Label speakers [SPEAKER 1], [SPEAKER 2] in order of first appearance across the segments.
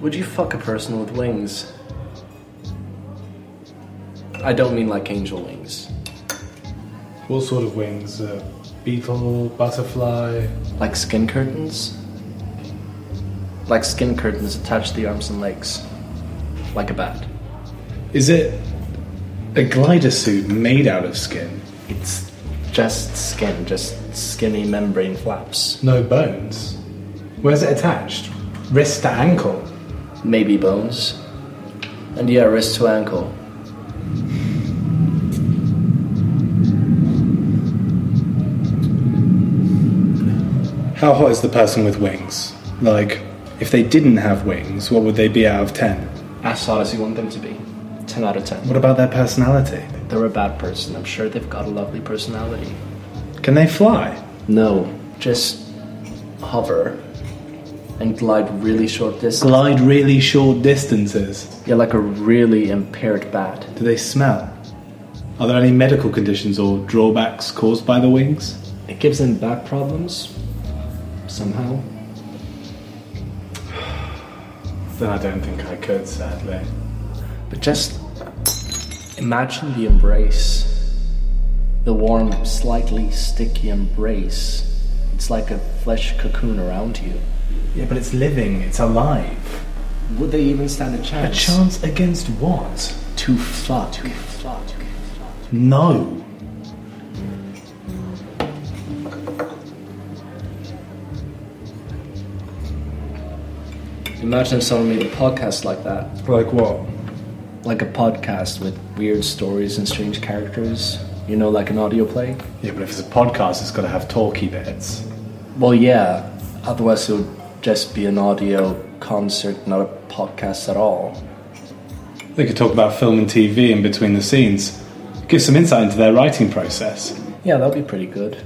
[SPEAKER 1] Would you fuck a person with wings? I don't mean like angel wings.
[SPEAKER 2] What sort of wings? Uh, beetle, butterfly.
[SPEAKER 1] Like skin curtains? Like skin curtains attached to the arms and legs. Like a bat.
[SPEAKER 2] Is it a glider suit made out of skin?
[SPEAKER 1] It's just skin, just skinny membrane flaps.
[SPEAKER 2] No bones. Where's it attached? Wrist to ankle.
[SPEAKER 1] Maybe bones. And yeah, wrist to ankle.
[SPEAKER 2] How hot is the person with wings? Like, if they didn't have wings, what would they be out of 10?
[SPEAKER 1] As hot as you want them to be. 10 out of 10.
[SPEAKER 2] What about their personality?
[SPEAKER 1] They're a bad person. I'm sure they've got a lovely personality.
[SPEAKER 2] Can they fly?
[SPEAKER 1] No. Just hover and glide really short distance.
[SPEAKER 2] Glide really short distances.
[SPEAKER 1] You're like a really impaired bat.
[SPEAKER 2] Do they smell? Are there any medical conditions or drawbacks caused by the wings?
[SPEAKER 1] It gives them back problems. Somehow.
[SPEAKER 2] Then I don't think I could, sadly.
[SPEAKER 1] But just imagine the embrace. The warm, slightly sticky embrace. It's like a flesh cocoon around you.
[SPEAKER 2] Yeah, but it's living, it's alive.
[SPEAKER 1] Would they even stand a
[SPEAKER 2] A
[SPEAKER 1] chance?
[SPEAKER 2] chance against what?
[SPEAKER 1] to fuck.
[SPEAKER 2] No.
[SPEAKER 1] Imagine if someone made a podcast like that.
[SPEAKER 2] Like what?
[SPEAKER 1] Like a podcast with weird stories and strange characters. You know, like an audio play?
[SPEAKER 2] Yeah, but if it's a podcast, it's got to have talky bits.
[SPEAKER 1] Well, yeah. Otherwise, it would just be an audio concert, not a podcast at all.
[SPEAKER 2] They could talk about film and TV in between the scenes, give some insight into their writing process.
[SPEAKER 1] Yeah, that'd be pretty good.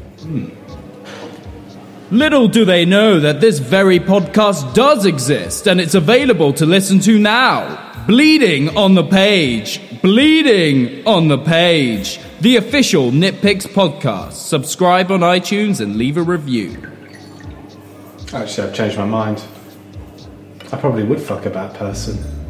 [SPEAKER 3] Little do they know that this very podcast does exist and it's available to listen to now. Bleeding on the page. Bleeding on the page. The official Nitpicks podcast. Subscribe on iTunes and leave a review.
[SPEAKER 2] Actually, I've changed my mind. I probably would fuck a bad person.